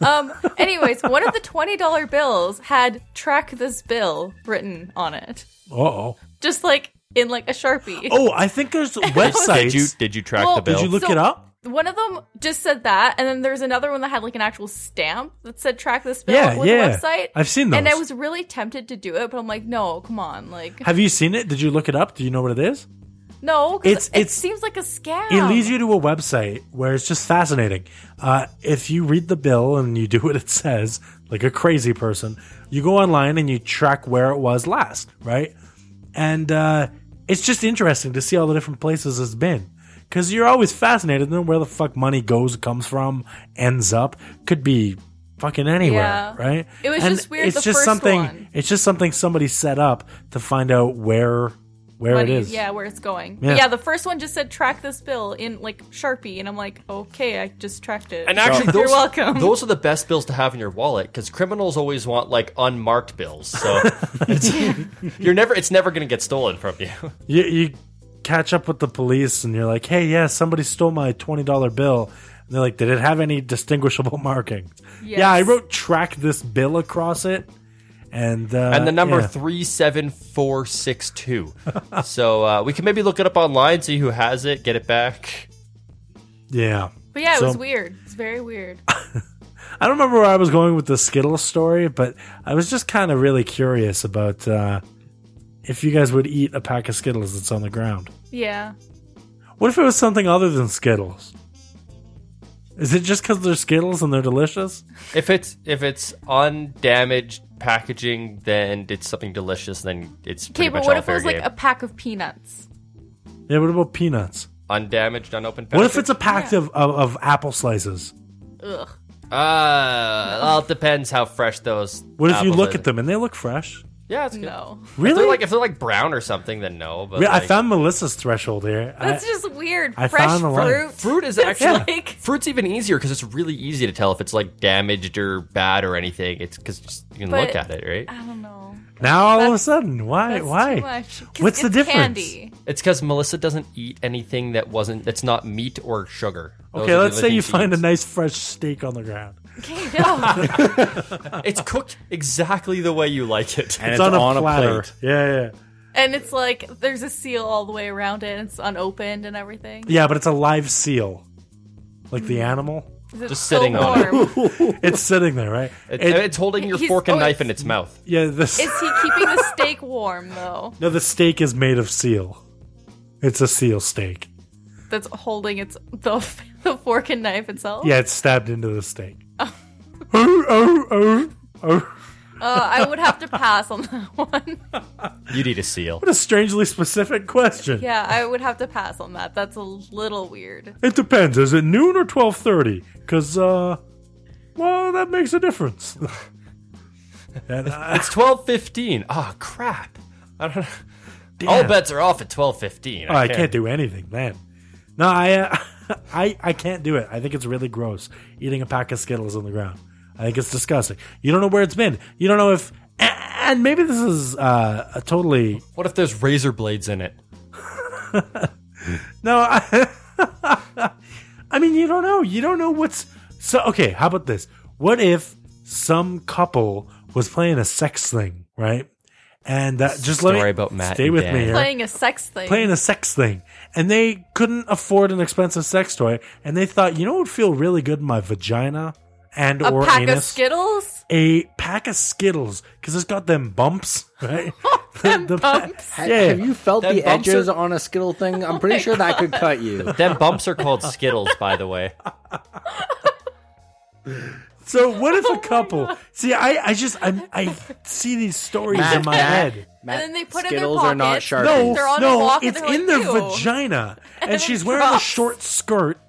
Um, anyways, one of the $20 bills had track this bill written on it. oh. Just like in like a Sharpie. Oh, I think there's websites. Did you did you track Well, the bill? Did you look So- it up? One of them just said that, and then there was another one that had like an actual stamp that said track this bill Yeah, with yeah. a website. I've seen those. And I was really tempted to do it, but I'm like, no, come on. Like, Have you seen it? Did you look it up? Do you know what it is? no, 'cause It's- it it's- seems like a scam. It leads you to a website where it's just fascinating. Uh, if you read the bill and you do what it says, like a crazy person, you go online and you track where it was last, right? And uh, it's just interesting to see all the different places it's been. Because you're always fascinated in where the fuck money goes, comes from, ends up. Could be fucking anywhere, Yeah. right? It was just weird It's the just first something. one. It's just something somebody set up to find out where where Money- it is. Yeah, where it's going. Yeah. But yeah, the first one just said track this bill in like Sharpie, and I'm like, okay, I just tracked it. and actually, those, You're welcome. Those are the best bills to have in your wallet because criminals always want like unmarked bills. So it's, you're never it's never going to get stolen from you. you, you catch up with the police and you're like, hey, yeah, somebody stole my $20 bill. And they're like, did it have any distinguishable markings? Yes. Yeah, I wrote track this bill across it. And, uh, and the number yeah. three seven four six two. So uh, we can maybe look it up online, see who has it, get it back. Yeah. but yeah, it So- was weird. It's very weird. I don't remember where I was going with the Skittles story, but I was just kind of really curious about uh, if you guys would eat a pack of Skittles that's on the ground. yeah. What if it was something other than Skittles? Is it just because they're Skittles and they're delicious? If it's if it's undamaged packaging, then it's something delicious. Then it's Okay, pretty but much what all if it fair was like game. a pack of peanuts? Yeah, what about peanuts? undamaged, unopened. What if it's a pack of, of, of apple slices? Ugh. Uh, well, it depends how fresh those. What if you apples look are. at them and they look fresh? Yeah, it's good. No. If Really? they're like if they're like brown or something, then no. But Yeah, I like- found Melissa's threshold here. I- That's just weird. I Fresh found the line. fruit. fruit is It's actually like- fruit's even easier because it's really easy to tell if it's like damaged or bad or anything. It's because you can But- look at it, right? I don't know. now all of a that's- sudden, why? That's why? Too much. 'Cause What's the it's difference? Candy. It's because Melissa doesn't eat anything that wasn't that's not meat or sugar. Those Okay, are the let's only say you things she find a eats. nice fresh steak on the ground. Okay, no. It's cooked exactly the way you like it. And it's, on, a, platter. plate. Yeah, yeah, and it's like there's a seal all the way around it. And it's unopened and everything. yeah. But it's a live seal, like the animal. It's Just so sitting on it. warm. It's sitting there, right? It- It- it's holding your He's- fork and oh, knife in its mouth. yeah. This Is he keeping the steak warm though? no, the steak is made of seal. It's a seal steak. That's holding its the the fork and knife itself. Yeah, it's stabbed into the steak. oh, oh, oh, oh. Uh, I would have to pass on that one. You'd eat a seal. What a strangely specific question. Yeah, I would have to pass on that. That's a little weird. It depends. Is it noon or twelve thirty? Because uh, well, that makes a difference. and, uh, It's twelve fifteen. Ah, crap. I don't know. All bets are off at twelve fifteen. Oh, I can't do anything then. No, I, uh, I, I can't do it. I think it's really gross eating a pack of Skittles on the ground. I think it's disgusting. You don't know where it's been. You don't know if. And maybe this is uh, a totally What if there's razor blades in it? No, I, I mean you don't know. You don't know what's so. Okay, how about this? What if some couple was playing a sex thing, right? And uh, just let me Story about Matt stay and with Dan. me here. Playing a sex thing. Playing a sex thing, and they couldn't afford an expensive sex toy, and they thought, you know, what would feel really good in my vagina and a or pack anus, of Skittles. a pack of Skittles, because it's got them bumps, right? Them the pa- bumps. Ha- Yeah. Have you felt That the bumps edges are- on a Skittle thing? I'm pretty sure that could cut you. Them bumps are called Skittles, by the way. So what Oh if a couple? See, I, I just I, I see these stories in my head. And then they put it in their Skittles are not pockets. sharp. No, They're on a no, walk and it's they're in like, their "Ew." vagina, and, then she's it wearing a drops. short skirt,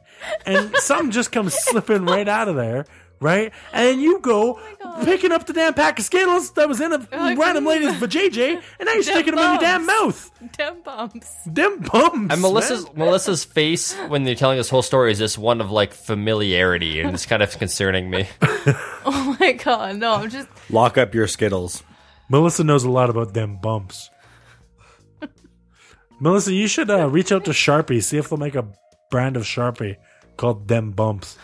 and something just comes slipping right out of there, right? And you go picking up the damn pack of Skittles that was in a Oh Like, random mm. lady's vajayjay, and now you're sticking them in your damn mouth. Them bumps. Them bums. And Melissa's man. Melissa's face when they're telling this whole story is just one of like familiarity, and it's kind of concerning me. Oh my god, no, I'm just Lock up your Skittles. Melissa knows a lot about them bumps. Melissa, you should uh, reach out to Sharpie, see if they'll make a brand of Sharpie called Them Bumps.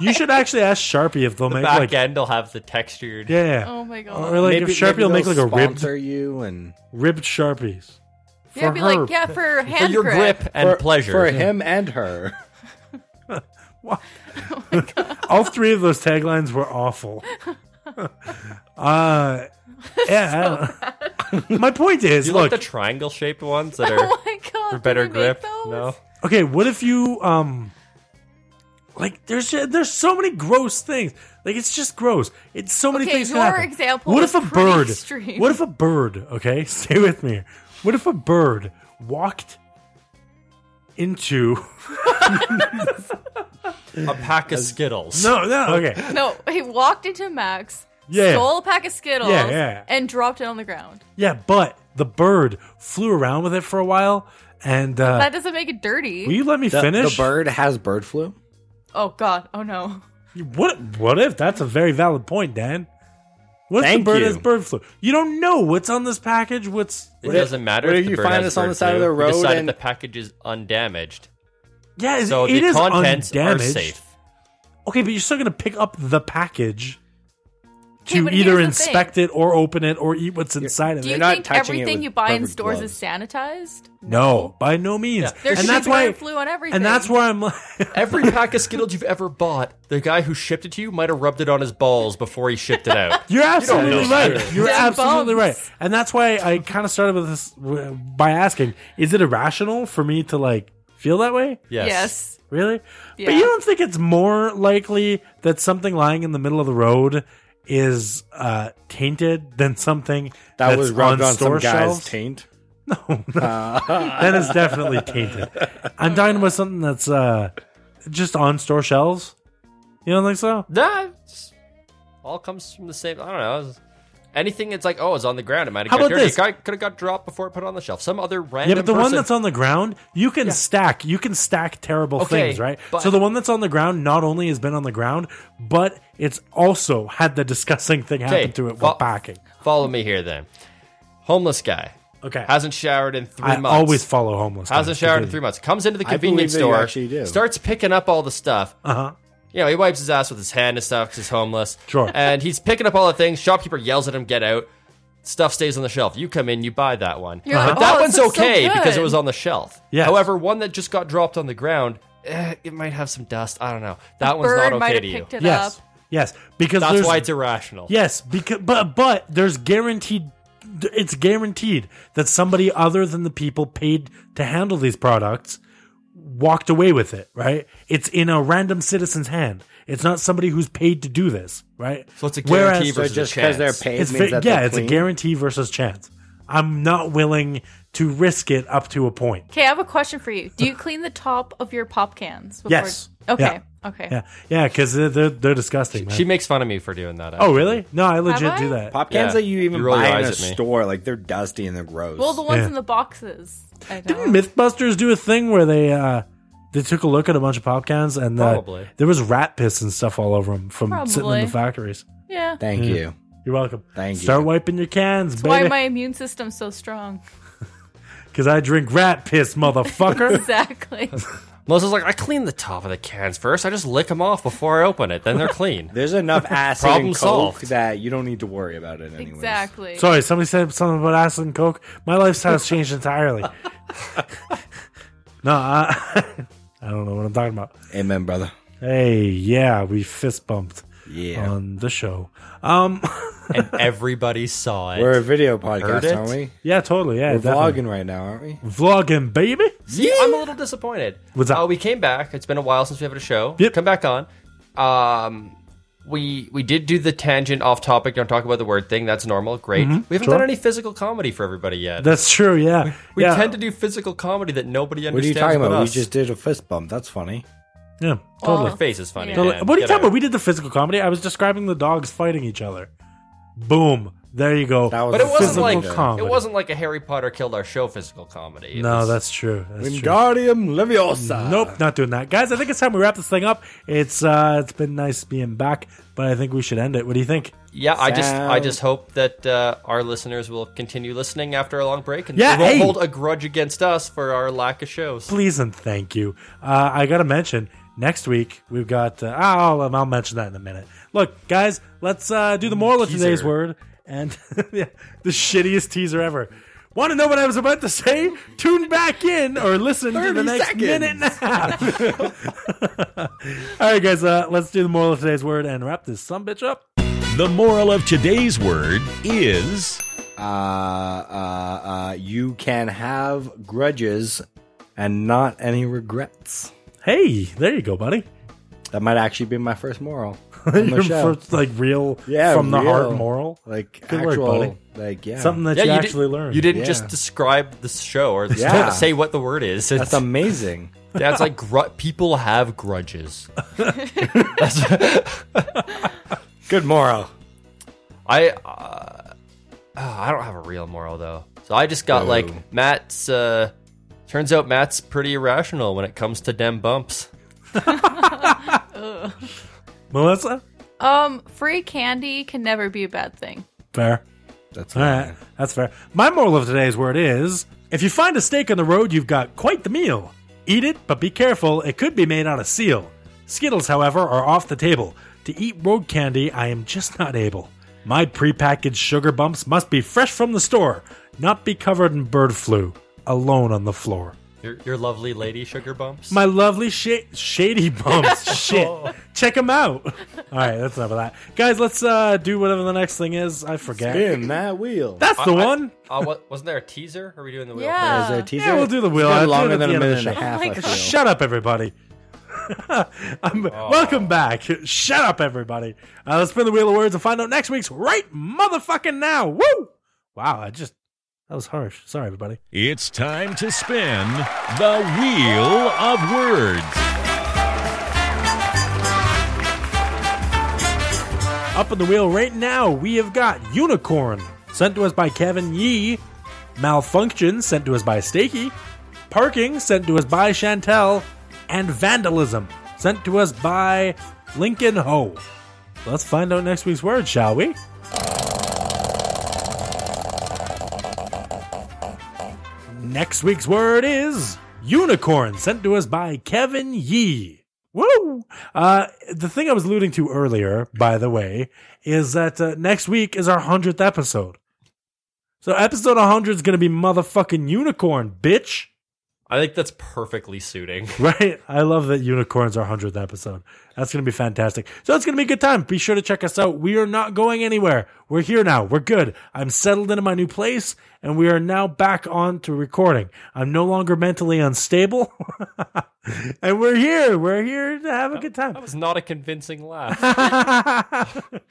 you should actually ask Sharpie if they'll The make back like end will have the textured. yeah, yeah. Oh my god. or like if Sharpie will make like a ribbed sponsor you and ribbed Sharpies. yeah, be her. like, yeah, for hand For your grip. grip and for, pleasure. for him and her. Oh All three of those taglines were awful. uh, yeah. I don't- My point is, Do you look, like the triangle shaped ones that Oh are my god. for did better they make grip? those? No. okay, what if you um, like there's ju- there's so many gross things. Like it's just gross. It's so many Okay, things. can your happen. example What was if a pretty bird? extreme. What if a bird? Okay, stay with me. here. What if a bird walked into? a pack of Skittles. No, no. Okay, No, he walked into Max, Yeah. stole a pack of Skittles, Yeah, yeah. and dropped it on the ground. yeah, but the bird flew around with it for a while, and uh, That doesn't make it dirty. will you let me The, finish? the bird has bird flu. oh god. Oh no. What? What if that's a very valid point, Dan? What if Thank the bird you. has bird flu? You don't know what's on this package. What's It doesn't matter. what if if the you bird find has this on bird the side of flu. the We road decided and- the package is undamaged, yeah? Is, so it the is contents undamaged. are safe. Okay, but you're still gonna pick up the package Okay, to but here's either the inspect it or open it or eat what's inside of Do it. you not think touching it everything with you buy in rubber stores gloves. is sanitized? No, by no means. Yeah. There And should that's be why. bird flu on everything. And that's why I'm like, Every pack of Skittles you've ever bought, the guy who shipped it to you might have rubbed it on his balls before he shipped it out. you're absolutely know. right. You're Them absolutely bumps. right. And that's why I kind of started with this w- by asking: Is it irrational for me to like feel that way? Yes. yes. Really? Yeah. But you don't think it's more likely that something lying in the middle of the road is uh, tainted than something That that's was rubbed on, some store guy's shelves? taint. that is definitely tainted. I'm talking about something that's uh, just on store shelves. You don't think so? Nah, it's- all comes from the same. I don't know. it's- anything that's like, oh, it's on the ground. It might have How got about dirty. this? It got, could have got dropped before it put on the shelf. Some other random. Yeah, but the one person- that's on the ground, you can stack. You can stack terrible Okay, things, right? but- So the one that's on the ground not only has been on the ground, but it's also had the disgusting thing happen Okay, to it while well- packing. Follow me here, then. Homeless guy Okay, hasn't showered in three I months. always follow homeless. hasn't guys showered in because- three months. Comes into the I convenience believe that you store, actually do. starts picking up all the stuff. Uh-huh. You know, he wipes his ass with his hand and stuff because he's homeless. Sure. And he's picking up all the things. Shopkeeper yells at him, "Get out!" Stuff stays on the shelf. You come in, you buy that one. You're like, But that "Oh, one's this looks so okay because it good." was on the shelf. Yes. However, one that just got dropped on the ground, eh, it might have some dust. I don't know. That one's Bird not might okay have to you. picked it Yes. up. Yes, because That's there's, why it's irrational. yes, because but but there's guaranteed it's guaranteed that somebody other than the people paid to handle these products walked away with it, right? It's in a random citizen's hand. It's not somebody who's paid to do this, right? So it's a guarantee Whereas, So Versus a just because they're chance. paid it's means fa- that yeah, they're it's a clean? guarantee versus chance. I'm not willing to risk it up to a point. Okay, I have a question for you. Do you clean the top of your pop cans? Before Yes. Okay. Okay. Yeah, yeah, because they're, they're they're disgusting, man. She makes fun of me for doing that. oh, really? No, I legit I? do that. Pop cans Yeah. that you even You roll your buy in a eyes at me. store, like they're dusty and they're gross. Well, the ones Yeah. in the boxes. I Didn't don't. MythBusters do a thing where they uh, they took a look at a bunch of pop cans and uh, Probably. there was rat piss and stuff all over them from sitting in Probably. the factories. yeah. Thank you. You're welcome. Thank you. Start wiping your cans, That's why baby, my immune system's so strong. because I drink rat piss, motherfucker. Exactly. Melissa's like, I clean the top of the cans first. I just lick them off before I open it. Then they're clean. There's enough acid Problem and coke solved. that you don't need to worry about it anyways. exactly. Sorry, somebody said something about acid and coke. My lifestyle's changed entirely. no, I, I don't know what I'm talking about. Amen, brother. Hey, yeah, we fist bumped Yeah. on the show. Um, and everybody saw it. We're a video Heard podcast, it? aren't we? yeah, totally. Yeah, We're definitely. vlogging right now, aren't we? vlogging, baby. See, I'm a little disappointed. What's up? Uh, we came back. It's been a while since we had a show. Yep. Come back on. Um, we we did do the tangent off topic. Don't talk about the word thing. That's normal. Great. we haven't Mm-hmm. sure. done any physical comedy for everybody yet. That's true. Yeah, we yeah. tend to do physical comedy that nobody What are you understands. talking but about? We us. Oh, just did a fist bump. That's funny. yeah, Well, totally. Your face is funny. Yeah. Totally. man. what are you Get talking about? out. We did the physical comedy. I was describing the dogs fighting each other. Boom. There you go. That was But it wasn't physical like comedy. it wasn't like a Harry Potter killed our show physical comedy. It No, was- that's true. That's true. Wingardium Leviosa. Nope, not doing that, guys. I think it's time we wrap this thing up. It's uh, it's been nice being back, but I think we should end it. What do you think? yeah, I just I just hope that uh, our listeners will continue listening after a long break and Yeah, they won't hey. hold a grudge against us for our lack of shows. Please and thank you. Uh, I got to mention next week we've got. Uh, I'll, I'll mention that in a minute. Look, guys, let's uh, do the moral of today's Teaser. word and yeah, the shittiest teaser ever. Want to know what I was about to say? Tune back in or listen to the 30 next seconds. minute and a half. All right, guys, uh, let's do the moral of today's word and wrap this some bitch up. The moral of today's word is Uh, uh, uh, you can have grudges and not any regrets. Hey, there you go, buddy. That might actually be my first moral. on the Your show. first, like real Yeah, from the heart real. moral, Like Good work, actual, buddy. like yeah, something that you, you actually did, learned. You didn't Yeah. just describe the show or the Yeah. say what the word is. It's, that's amazing. that's like gr- people have grudges. Good moral. I uh, oh, I don't have a real moral though. So I just got Boo. like Matt's. Uh, turns out Matt's pretty irrational when it comes to dem bumps. Melissa. Um, free candy can never be a bad thing. Fair. That's All right. That's fair. My moral of today's word is if you find a steak on the road, you've got quite the meal. Eat it, but be careful. It could be made out of seal. Skittles, however, are off the table. To eat road candy, I am just not able. My prepackaged sugar bumps must be fresh from the store, not be covered in bird flu, alone on the floor. Your, your lovely lady sugar bumps. My lovely sh- shady bumps. Shit. Check them out. All right, that's enough of that. Guys, let's uh, do whatever the next thing is. I forget. Spin that wheel. That's the I- one. uh, wa- wasn't there a teaser? Are we doing the wheel? Yeah. Is there a teaser? Yeah, we'll do the wheel. It's I'll been do it longer at than the a end of minute and the a show. Oh half. my I God. feel. Shut up, everybody. I'm- Welcome back. Shut up, everybody. Uh, let's spin the wheel of words and find out next week's right motherfucking now. Woo! Wow, I just that was harsh. Sorry, everybody. It's time to spin the Wheel of Words. Up on the wheel right now, we have got Unicorn, sent to us by Kevin Yee. Malfunction, sent to us by Stakey. Parking, sent to us by Chantel. And Vandalism, sent to us by Lincoln Ho. Let's find out next week's word, shall we? Next week's word is unicorn, sent to us by Kevin Yee. Woo! Uh, the thing I was alluding to earlier, by the way, is that uh, next week is our 100th episode. So episode 100 is going to be motherfucking unicorn, bitch. I think that's perfectly suiting. Right? I love that unicorns are 100th episode. That's going to be fantastic. So it's going to be a good time. Be sure to check us out. We are not going anywhere. We're here now. We're good. I'm settled into my new place and we are now back on to recording. I'm no longer mentally unstable. and we're here. We're here to have a good time. That was not a convincing laugh. I'm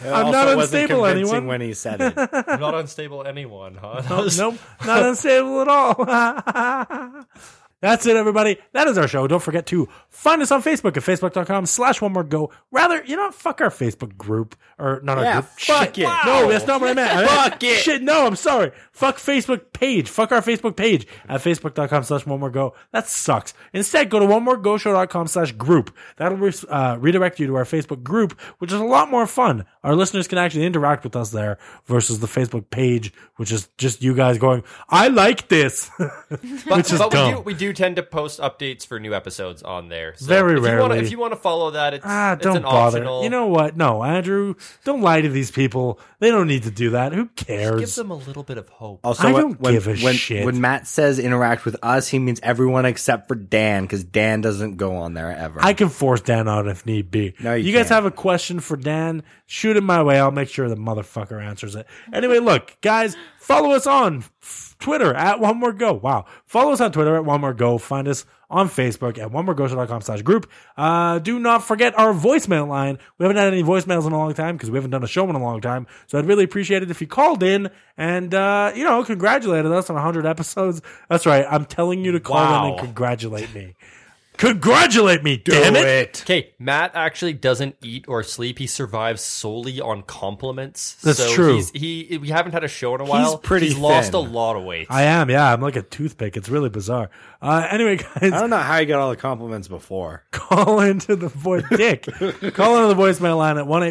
not Also wasn't unstable, convincing anyone. When he said it, I'm not unstable anyone, huh? That was- nope, not unstable at all. That's it, everybody. That is our show. Don't forget to find us on Facebook at facebook.com slash one more go. Rather, you know, what? fuck our Facebook group. Or not Yeah, our group. fuck Shit. it. No, that's not what I meant. Fuck it. Shit, no, I'm sorry. Fuck Facebook page. Fuck our Facebook page at facebook.com slash one more go. That sucks. Instead, go to one more go show.com slash group. That'll re- uh, redirect you to our Facebook group, which is a lot more fun. Our listeners can actually interact with us there versus the Facebook page, which is just you guys going, I like this. but Which is but we, do, dumb. we do tend to post updates for new episodes on there. So Very if You wanna, rarely. if you want to follow that, it's, Ah, it's don't an bother. optional. You know what? No, Andrew, don't lie to these people. They don't need to do that. Who give cares? them a little bit of hope. also I when- don't when, give a when, shit. When Matt says interact with us, he means everyone except for Dan because Dan doesn't go on there ever. I can force Dan on if need be. No, you guys can't. have a question for Dan? Shoot it my way. I'll make sure the motherfucker answers it. Anyway, look, guys, follow us on f- Twitter at One More Go. Wow. Follow us on Twitter at One More Go. Find us on Facebook at one more com slash group. Uh, do not forget our voicemail line. We haven't had any voicemails in a long time because we haven't done a show in a long time. So I'd really appreciate it if you called in and, uh, you know, congratulated us on 100 episodes. That's right. I'm telling you to call in Wow. and congratulate me. Congratulate me, damn it. Okay, Matt actually doesn't eat or sleep. He survives solely on compliments. That's so true. He's, he we haven't had a show in a while. pretty He's lost a thin. lot of weight. I am, yeah. I'm like a toothpick. It's really bizarre. Uh, anyway, guys, I don't know how you got all the compliments before. call into the voice. Dick, call into the voicemail line at 1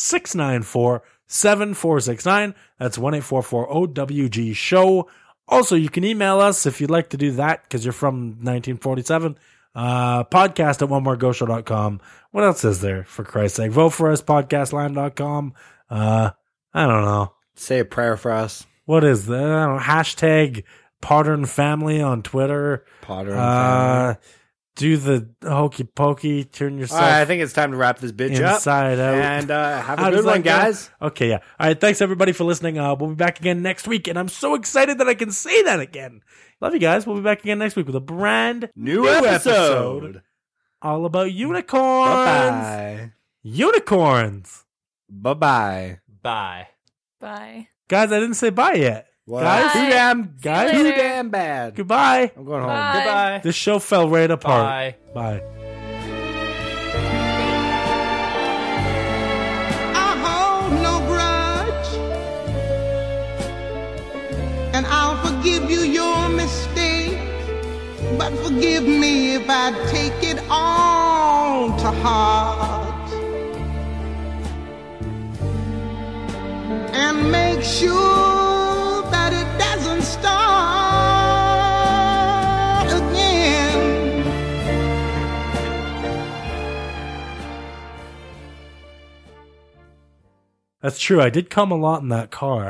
694 7469. That's 1 OWG Show. Also, you can email us if you'd like to do that because you're from 1947. Uh, podcast at one more com. What else is there? For Christ's sake, vote for us, podcastlime.com. Uh, I don't know. Say a prayer for us, What is that? I don't know. Hashtag Pattern Family on Twitter. Potter. And Uh, do the hokey pokey, turn all yourself right, I think it's time to wrap this bitch up. inside out. And uh, have How a does good that one, go? guys. Okay, yeah. All right, thanks everybody for listening. Uh, we'll be back again next week, and I'm so excited that I can say that again. Love you guys. We'll be back again next week with a brand New, episode. all about unicorns. Bye Unicorns, bye. Bye bye. Bye. Bye. guys. I didn't say bye yet. Guys, Guys? too damn, Guys? too later. damn bad. Goodbye. I'm going home. Bye. Goodbye. This show fell right apart. Bye. Bye. I hold no grudge. And I'll forgive you your mistake. But forgive me if I take it all to heart. And make sure that it doesn't start again. That's true. I did come a lot in that car.